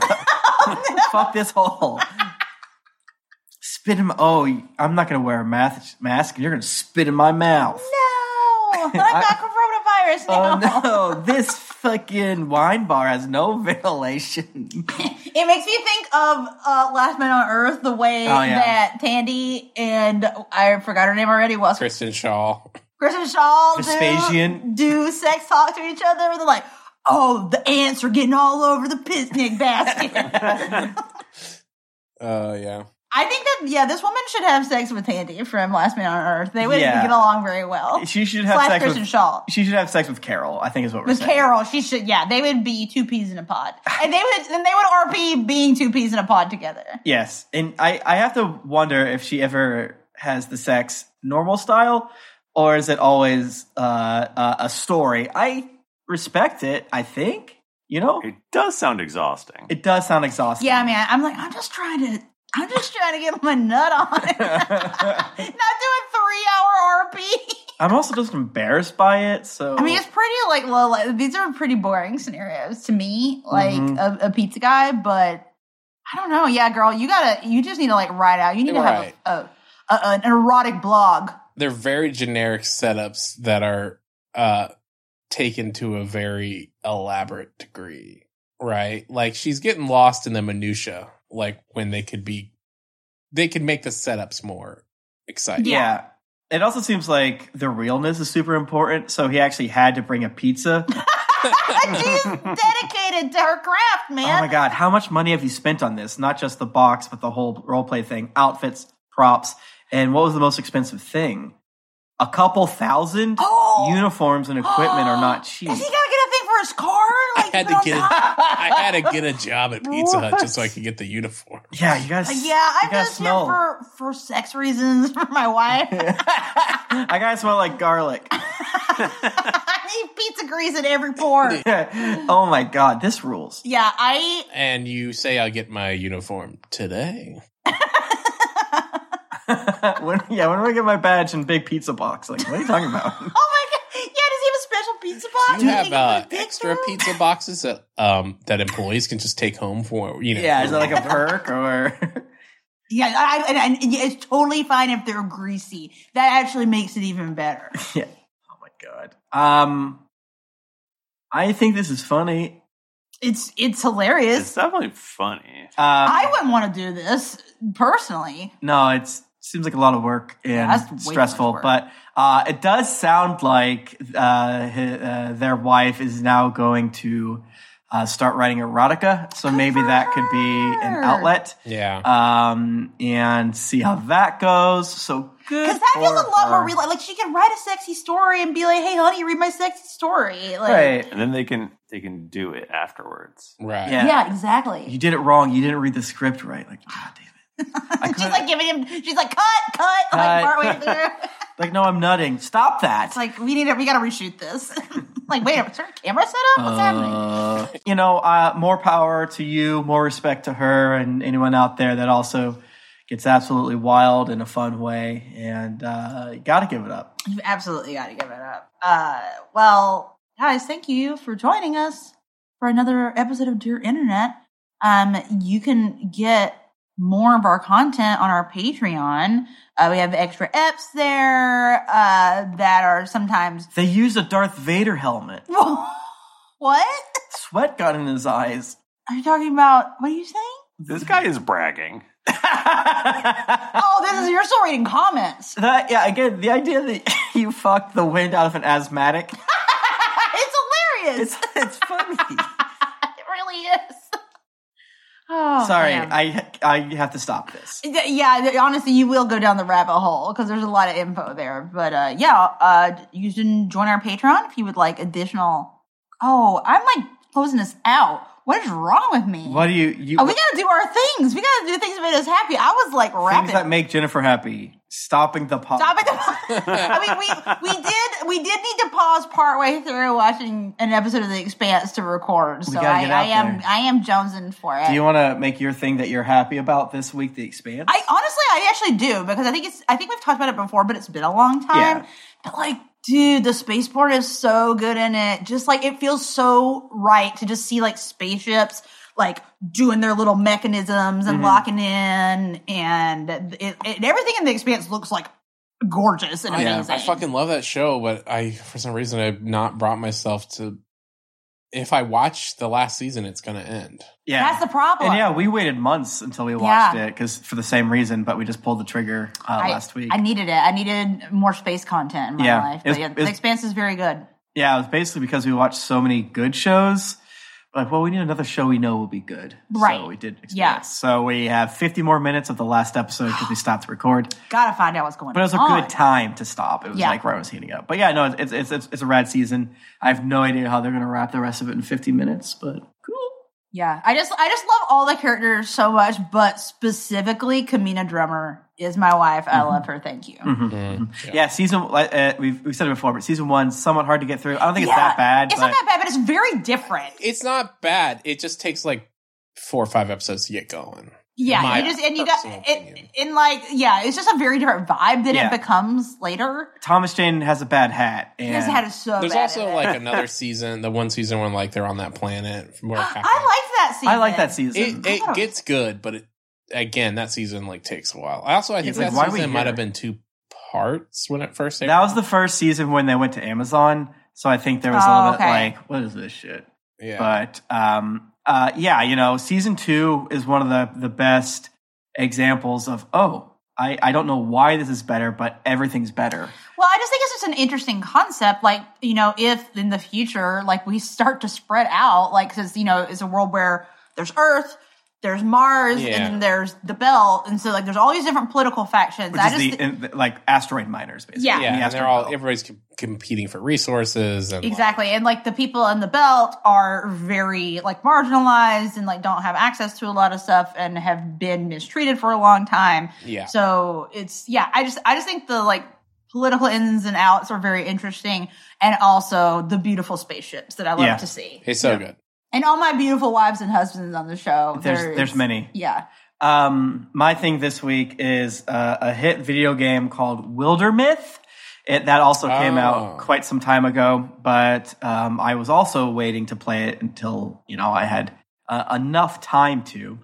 D: Fuck this hole. Spit him. Oh, I'm not gonna wear a mask. Mask. and You're gonna spit in my mouth.
B: No. I've got coronavirus now.
D: Oh no! This fucking wine bar has no ventilation.
B: It makes me think of uh, Last Man on Earth, the way
D: Oh, yeah.
B: that Tandy and I forgot her name already. Was
C: Kristen Shaw.
B: Kristen Shaw do,
D: Vespasian.
B: do sex talk to each other. They're like, oh, the ants are getting all over the picnic basket.
C: Uh yeah.
B: I think that, yeah, this woman should have sex with Tandy from Last Man on Earth. They would
D: Yeah.
B: get along very well.
D: She should have
B: Slash
D: sex
B: Kristen
D: with.
B: Shaw.
D: She should have sex with Carol. I think is what we're
B: With
D: saying.
B: Carol, she should, yeah, they would be two peas in a pod. And they would, and they would RP being two peas in a pod together.
D: Yes, and I I have to wonder if she ever has the sex normal style, or is it always uh, uh, a story? I respect it. I think you know
E: It does sound exhausting.
D: it does sound exhausting.
B: Yeah, man, I'm like, I'm just trying to, I'm just trying to get my nut on.
D: I'm
B: Not doing three hour RP.
D: also just embarrassed by it. So
B: I mean, it's pretty like low. Like, these are pretty boring scenarios to me, like
D: Mhm.
C: Mm-hmm.
B: a, a pizza guy. But I don't know. Yeah, girl, you gotta. You just need to like write out. You need to have
C: Right.
B: a, a, a an erotic blog.
C: They're very generic setups that are uh taken to a very elaborate degree. Right? Like she's getting lost in the minutia, like when they could be they could make the setups more exciting.
D: yeah. It also seems like the realness is super important, so he actually had to bring a pizza.
B: She's dedicated to her craft, man.
D: Oh my god, how much money have you spent on this? Not just the box, but the whole roleplay thing, outfits, props, and what was the most expensive thing? A couple thousand
B: Oh.
D: uniforms and equipment are not cheap.
B: Is he gonna get a thing for his car? Like,
C: I had
B: put
C: to
B: on
C: get a,
B: top?
C: I had to get a job at Pizza Hut
E: What?
C: just so I could get the uniform.
D: yeah, you guys.
B: Yeah,
D: you
B: I'm
D: gotta
B: just
D: smell.
B: here for for sex reasons for my wife.
D: I gotta smell like garlic.
B: I need pizza grease at every pore.
D: oh my god, this rules.
B: Yeah, I
C: And you say I'll get my uniform today.
D: when, yeah, when do I get my badge and big pizza box? Like, what are you talking about?
B: Oh my god! Yeah, does he have a special pizza box?
C: You
B: that
C: have
B: he can
C: uh,
B: put a dick
C: extra
B: through?
C: pizza boxes that um that employees can just take home for you know.
D: yeah, is that like a perk or?
B: Yeah, I, and, and, and it's totally fine if they're greasy. That actually makes it even better.
D: Oh my god. Um, I think this is funny.
B: It's it's
E: It's
B: hilarious.
E: definitely funny.
D: Um,
B: I wouldn't want to do this personally.
D: no, it's seems like a lot of work and
B: that's way too
D: stressful,
B: much work.
D: but uh, it does sound like uh, hi- uh, their wife is now going to uh, start writing erotica, so
B: Good
D: maybe
B: for
D: that could be an
B: her.
D: outlet.
C: yeah.
D: Um, and see how that goes. So good.
B: Because that feels
D: for
B: a lot more
D: her.
B: real. Like she can write a sexy story and be like, "Hey, honey, read my sexy story." Like,
D: Right.
E: And then they can they can do it afterwards.
C: Right.
D: Yeah.
B: Yeah, exactly.
D: You did it wrong. You didn't read the script right. Like, God damn it. I
B: she's
D: couldn't-
B: like giving him. She's like, "Cut, cut!" Like
D: Cut.
B: partway through.
D: Like, no, I'm nutting. Stop that.
B: It's like we need to. We got to reshoot this. like, wait, is there a camera set up? What's happening?
D: Uh, you know, uh, more power to you, more respect to her, and anyone out there that also gets absolutely wild in a fun way. And uh, you got to give it up.
B: You've absolutely got to give it up. Uh, well, guys, thank you for joining us for another episode of Dear Internet. Um, you can get more of our content on our Patreon. Uh, we have extra eps there uh, that are sometimes.
D: They used a Darth Vader helmet.
B: what
D: Sweat got in his eyes.
B: are you talking about? What are you saying?
E: This guy is bragging.
D: that,
B: Oh, this is you're still reading comments.
D: yeah, again, the idea that you fucked the wind out of an asthmatic,
B: it's hilarious.
D: it's, it's funny.
B: It really is. Oh,
D: Sorry,
B: man.
D: I, I have to stop this.
B: Th- yeah, th- honestly, you will go down the rabbit hole because there's a lot of info there. But uh, yeah, uh, you can join our Patreon if you would like additional. Oh, I'm like closing this out. What is wrong with me?
D: What do you, you
B: Oh, we gotta do our things. We gotta do things that made us happy. I was like
D: things
B: rapping.
D: that make Jennifer happy? Stopping the pop.
B: Stop it. I mean, we we did we did need to pause partway through watching an episode of The Expanse to record. So
D: gotta
B: I,
D: get
B: I
D: out
B: am
D: there.
B: I am jonesing for it.
D: Do you want to make your thing that you're happy about this week, The Expanse?
B: I honestly, I actually do because I think it's. I think we've talked about it before, but it's been a long time.
D: Yeah.
B: But like, dude, the spaceport is so good in it. Just like it feels so right to just see like spaceships like doing their little mechanisms
D: Mm-hmm.
B: and locking in, and it, it, everything in the expanse looks like gorgeous and
D: yeah.
B: amazing.
C: Oh, I fucking love that show, but I for some reason I've not brought myself to. If I watch the last season, it's gonna end.
D: yeah.
B: That's the problem.
D: and yeah, we waited months until we watched
B: Yeah.
D: it because for the same reason, but we just pulled the trigger uh,
B: I,
D: last week.
B: I needed it. I needed more space content in my
D: Yeah.
B: life. But
D: It's-
B: yeah, the
D: it's-
B: expanse is very good.
D: yeah, it was basically because we watched so many good shows. Like, well, we need another show we know will be good.
B: Right.
D: So we did. Expanse.
B: Yeah.
D: So we have 50 more minutes of the last episode because we stopped to record.
B: Gotta find out what's going on.
D: But it was a good time to stop. It was
B: Yeah.
D: like where I was heating up. But yeah, no, it's it's it's, it's a rad season. I have no idea how they're going to wrap the rest of it in 50 minutes, but cool.
B: Yeah, I just I just love all the characters so much, but specifically Kamina Drummer is my wife. I
C: Mm-hmm.
B: love her. Thank you.
D: mm-hmm, Yeah, season like, uh, we've we said it before, but season one's somewhat hard to get through. I don't think it's
B: Yeah,
D: that bad.
B: It's
D: but
B: not that bad, but it's very different.
C: It's not bad. It just takes like four or five episodes to get going.
B: Yeah,
C: My
B: you just and you got
C: personal
B: it,
C: opinion.
B: in like yeah, it's just a very different vibe that
D: Yeah.
B: it becomes later.
D: Thomas Jane has a bad hat. And
B: He just had it so
C: There's
B: bad in
C: also
B: it.
C: like another season, the one season when like they're on that planet. From where
B: I liked
C: it happened.
B: that season.
D: I like that season.
C: it, it gets good, but it, again, that season like takes a while. I also I think
D: It's like,
C: that
D: why we
C: season
D: here?
C: might have been two parts when it first aired.
D: that was the first season when they went to Amazon, so I think there was a
B: Oh,
D: little
B: okay.
D: bit like, what is this shit?
C: yeah.
D: But um, uh, yeah, you know, season two is one of the the best examples of oh, I, I don't know why this is better, but everything's better.
B: Well, I just think it's just an interesting concept. Like, you know, if in the future, like we start to spread out, like, because, you know, it's a world where there's Earth, there's Mars,
C: Yeah.
B: and then there's the Belt. And so, like, there's all these different political factions.
D: Which
B: I
D: is
B: just,
D: the,
B: thi-
D: in- like asteroid miners, basically.
B: Yeah.
C: Yeah,
D: the
C: and they're
D: asteroid
C: all
D: belt.
C: everybody's com- competing for resources and like,
B: exactly. And, like, the people in the Belt are very, like, marginalized and, like, don't have access to a lot of stuff and have been mistreated for a long time.
C: yeah,
B: So it's yeah, I just I just think the like political ins and outs are very interesting and also the beautiful spaceships that I love
D: Yeah.
B: to see.
C: it's so
D: Yeah.
C: good.
B: And all my beautiful wives and husbands on the show.
D: there's
B: there is-
D: there's many.
B: Yeah.
D: Um, my thing this week is uh, a hit video game called Wilder Myth. It, that also came
C: Oh.
D: out quite some time ago, but um, I was also waiting to play it until you know I had uh, enough time to.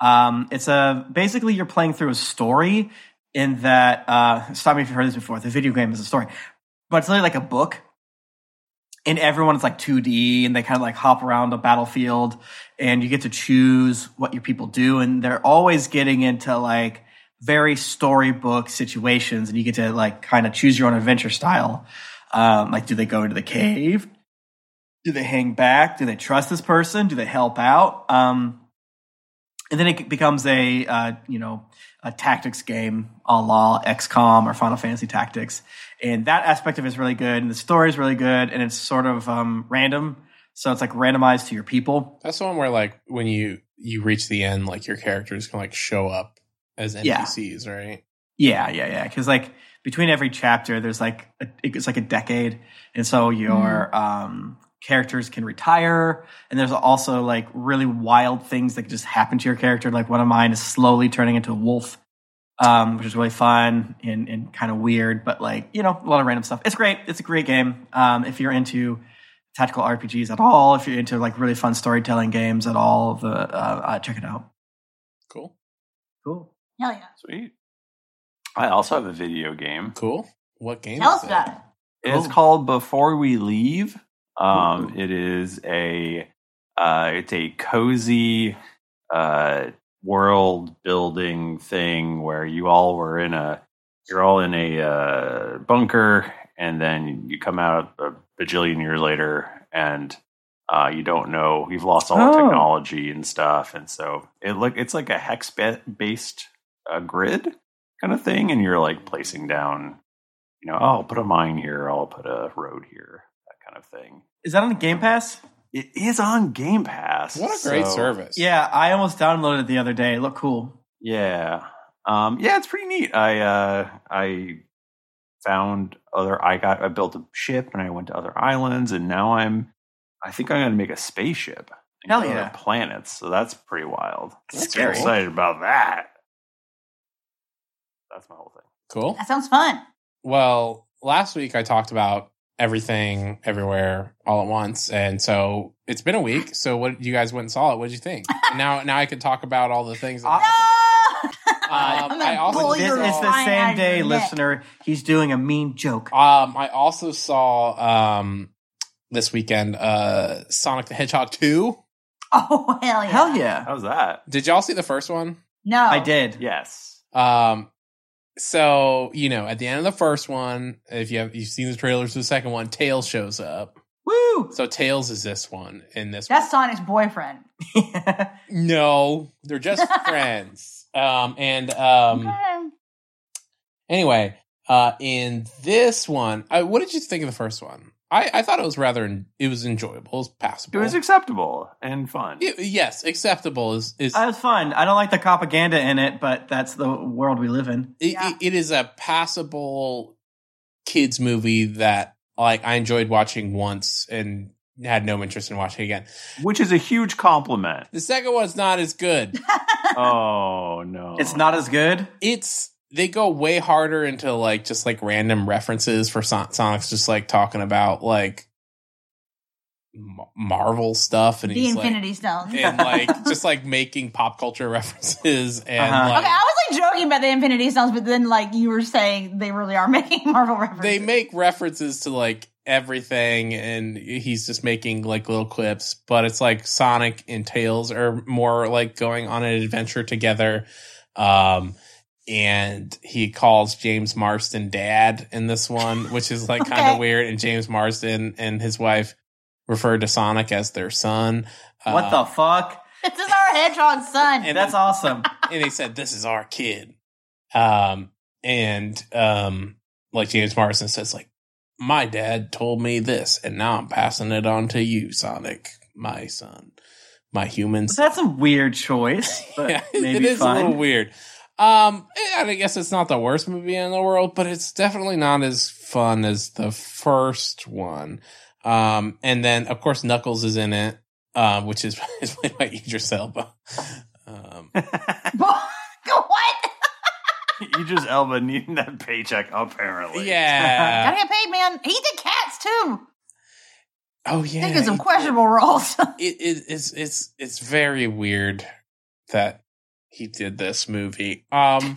D: Um, it's a basically you're playing through a story in that. Uh, stop me if you've heard this before. The video game is a story, but it's really like a book. And everyone is like 2D, and they kind of like hop around a battlefield, and you get to choose what your people do, and they're always getting into like very storybook situations, and you get to like kind of choose your own adventure style. Um, like, do they go into the cave? Do they hang back? Do they trust this person? Do they help out? Um, and then it becomes a uh, you know a tactics game, a la XCOM or Final Fantasy Tactics, and that aspect of it is really good, and the story is really good, and it's sort of um, random, so it's like randomized to your people.
C: That's the one where like when you you reach the end, like your characters can like show up as
D: Yeah.
C: NPCs, right?
D: Yeah, yeah, yeah. Because like between every chapter, there's like a, it's like a decade, and so your um, characters can retire, and there's also like really wild things that just happen to your character. Like one of mine is slowly turning into a wolf, um, which is really fun and, and kind of weird, but like you know a lot of random stuff. It's great. It's a great game. Um, if you're into tactical RPGs at all, if you're into like really fun storytelling games at all, the uh, uh, check it out.
C: Cool,
D: Cool.
B: Hell yeah.
E: Sweet. I also have a video game.
C: cool. What game?
B: Tell
C: is
B: us about it.
E: It's
D: Cool.
E: called Before We Leave. Um,
D: Oh. Ooh.
E: it is a uh, it's a cozy uh, world building thing where you all were in a you're all in a uh, bunker, and then you come out a bajillion years later, and uh, you don't know you've lost all the
D: Oh.
E: technology and stuff, and so it look it's like a hex ba- based uh, grid kind of thing, and you're like placing down you know, oh, I'll put a mine here, I'll put a road here, that kind of thing.
D: Is that on the Game Pass?
E: It is on Game Pass.
C: What a great
E: so-
C: service.
D: Yeah, I almost downloaded it the other day. It looked cool.
E: Yeah. Um, yeah, it's pretty neat. I uh, I found other I got I built a ship and I went to other islands and now I'm I think I'm gonna make a spaceship. and
D: Hell
E: go to
D: yeah.
E: other Planets. So that's pretty wild.
C: That's
E: I'm
C: cool.
E: excited about that. That's my whole thing.
C: Cool.
B: That sounds fun.
C: Well, last week I talked about everything, everywhere, all at once, and so it's been a week. So what you guys went and saw it? What did you think? now, now I can talk about all the things.
D: Uh, Um,
B: No! I'm
C: That,
B: gonna
C: I also-
B: pull
C: Well,
D: this
B: your
C: you're
D: is the
B: fine out
D: same
B: of
D: day,
B: your neck. Oh,
D: listener. He's doing a mean joke.
C: um, I also saw um this weekend uh Sonic the Hedgehog two.
B: Oh hell yeah. Oh.
D: Hell yeah.
E: How's that?
C: Did y'all see the first one?
B: No.
D: I did.
E: Yes.
C: Um, so you know, at the end of the first one, if you have you've seen the trailers for the second one, Tails shows up.
D: Woo!
C: So Tails is this one and this
B: That's Sonic's boyfriend.
C: one. No, they're just friends. Um, and um,
B: Okay.
C: anyway, uh, in this one, I, what did you think of the first one? I, I thought it was rather it was enjoyable, it was
E: It
C: passable.
E: was acceptable and fun.
C: Y- yes, acceptable is is
D: That was fun. I don't like the propaganda in it, but that's the world we live in.
C: it,
B: Yeah.
C: it, it is a passable kids movie that like I enjoyed watching once and had no interest in watching again.
E: Which is a huge compliment.
C: The second one's not as good.
E: oh no
D: It's not as good.
C: It's they go way harder into like just like random references for Son- Sonic's just like talking about like M- Marvel stuff and
B: The
C: he's
B: Infinity Stones.
C: like and like just like making pop culture references and
D: Uh-huh.
C: like
B: Okay, I was like joking about the Infinity Stones, but then like you were saying they really are making Marvel references.
C: they make references to like everything and he's just making like little clips but it's like sonic and tails are more like going on an adventure together um and he calls James Marston dad in this one, which is like kind
B: Okay.
C: of weird. And James Marston and his wife refer to Sonic as their son.
D: What
C: Uh,
D: the fuck?
B: This is our hedgehog son.
C: and
D: That's awesome.
C: and they said, "This is our kid." Um, and um, like James Marsden says, like my dad told me this, and now I'm passing it on to you, Sonic, my son, my human. Son.
D: That's a weird choice, but
C: Yeah,
D: maybe
C: it is
D: fine.
C: a little weird. Um, and I guess it's not the worst movie in the world, but it's definitely not as fun as the first one. Um, and then of course Knuckles is in it, uh, which is, is played by Idris Elba. Um,
B: what?
E: you just Elba needing that paycheck, apparently.
D: Uh,
C: yeah,
B: Gotta get paid, man. He did cats too.
C: Oh yeah,
B: Taking some
C: it-
B: questionable roles.
C: It, it, it's it's it's very weird that he did this movie. Um,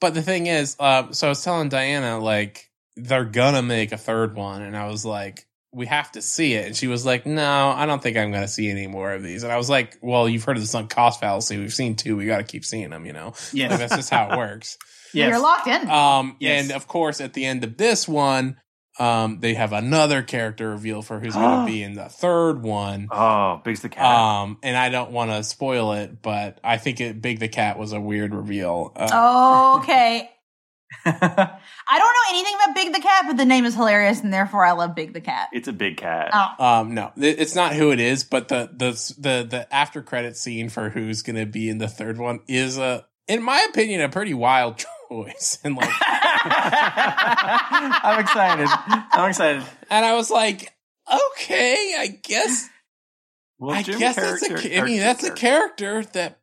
C: but the thing is, uh, so I was telling Diana like they're gonna make a third one, and I was like, we have to see it, and she was like, no, I don't think I'm gonna see any more of these, and I was like, well, you've heard of the sunk cost fallacy. We've seen two. We got to keep seeing them. You know, like,
D: Yes.
C: that's just how it works.
D: yes.
B: You're locked in.
C: Um,
D: Yes.
C: and of course, at the end of this one, um, they have another character reveal for who's going to be in the third one.
E: Oh, Big's the cat.
C: Um, and I don't want to spoil it, but I think it, Big the Cat was a weird reveal. Uh,
B: okay. I don't know anything about Big the Cat, but the name is hilarious, and therefore I love Big the Cat.
E: it's a big cat.
B: Oh,
C: Um, no, it- it's not who it is, but the the the the after credit scene for who's going to be in the third one is a, in my opinion, a pretty wild choice. And like,
D: I'm excited. I'm excited.
C: and I was like, okay, I guess
E: Well,
C: I
E: Jim
C: guess that's a.
E: character-
C: ca- I mean,
E: or
C: that's a
E: Jim
C: character that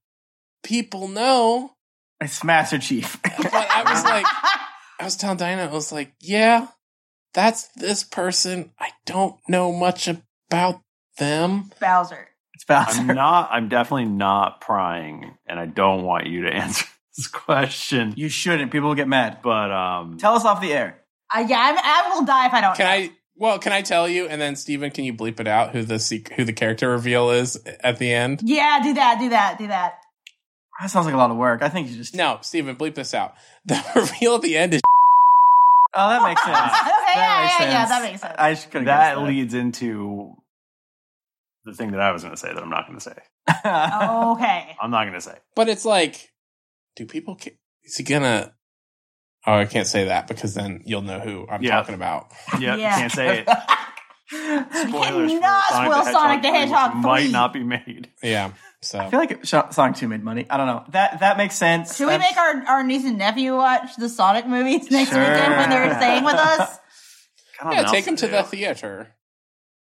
C: people know.
D: It's Master Chief.
C: But I was like, I was telling Diana, I was like, yeah, that's this person. I don't know much about them.
B: Bowser.
D: It's Bowser.
E: I'm not. I'm definitely not prying, and I don't want you to answer this question.
D: you shouldn't. People will get mad.
E: But um,
D: Tell us off the air.
B: I, Uh, yeah, I'm, I will die if I don't.
C: Can I? Well, can I tell you? And then Steven, can you bleep it out who the sec- who the character reveal is at the end?
B: Yeah, do that, do that, do that.
D: That sounds like a lot of work. I think you just.
C: No, Steven, bleep this out. The reveal at the end is
D: Oh, that makes sense.
B: okay, yeah,
D: makes
B: yeah, yeah,
D: sense.
B: that makes sense.
D: I should
E: that leads into the thing that I was going to say that I'm not going to say.
B: okay.
E: I'm not going to say.
C: But it's like, do people? Ca- is he gonna? Oh, I can't say that because then you'll know who I'm
E: Yeah.
C: talking about.
E: Yep,
B: Yeah.
E: you can't say it.
D: I
E: Spoilers for
B: cannot spoil Sonic the
E: 3,
B: Hedgehog
E: which might
B: 3.
E: not be made.
C: Yeah. So
D: feel like Sh- Sonic 2 made money. I don't know. That that makes sense.
B: Should we
D: That's-
B: make our, our niece and nephew watch the Sonic movies next
D: Sure.
B: weekend when they're staying with us?
E: Got nothing
C: yeah,
E: else
C: take him to
E: do.
C: the theater.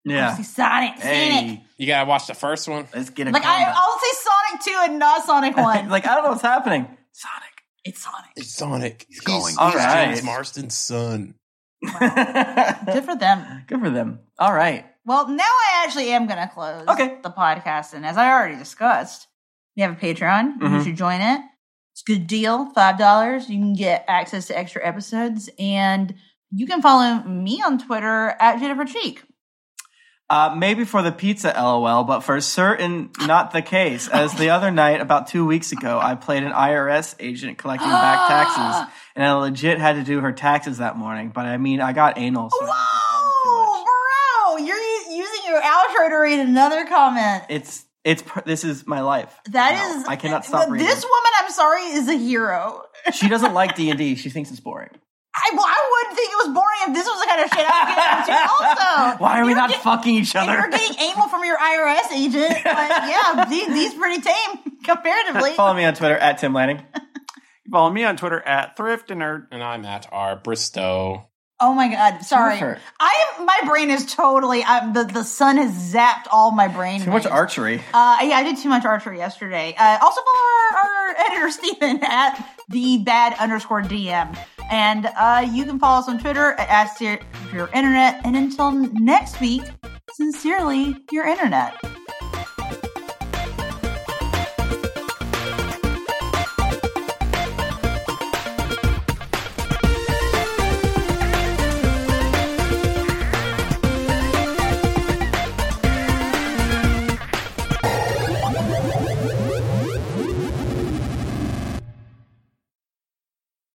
D: Yeah.
B: See Sonic, Sonic.
D: Hey,
C: You gotta watch the first one.
D: let's get it.
B: Like I, I'll say Sonic two and not Sonic one.
D: like I don't know what's happening. Sonic.
B: it's Sonic.
C: It's Sonic. He's,
E: going.
D: All right.
C: James Marston's son.
B: Good for them.
D: Good for them. All right.
B: Well, now I actually am going to close
D: Okay.
B: the podcast, and as I already discussed, we have a Patreon. You
D: Mhm.
B: should join it. It's a good deal, five dollars. You can get access to extra episodes, and you can follow me on Twitter at Jennifer Cheek.
D: Uh, maybe for the pizza, lol, but for certain, not the case. As the other night, about two weeks ago, I played an IRS agent collecting back taxes, and I legit had to do her taxes that morning. But I mean, I got anal. So I didn't complain too much.
B: Whoa, bro! You're u- using your outro to read another comment.
D: It's it's per- this is my life.
B: That
D: now.
B: is, eh,
D: I cannot stop
B: This
D: reading.
B: woman, I'm sorry, is a hero.
D: she doesn't like D and D. She thinks it's boring.
B: I, well, I would think it was boring if this was the kind of shit I was getting into. Also,
D: why are we
B: You're
D: not
B: get-
D: fucking each
B: If
D: other?
B: you're getting anal from your IRS agent, like, yeah, these, these pretty tame comparatively.
D: Follow me on Twitter at Tim Lanning.
E: Follow me on Twitter at thriftinerd.
C: And I'm at R Bristow.
B: Oh my god, sorry.
D: Jennifer.
B: I am. My brain is totally. i the the sun has zapped all my brain.
D: Too much
B: waves.
D: archery.
B: Uh, yeah, I did too much archery yesterday. Uh, also follow our, our editor Stephen at the bad underscore DM, and uh, you can follow us on Twitter at Ask Your Internet. And until next week, sincerely, your internet.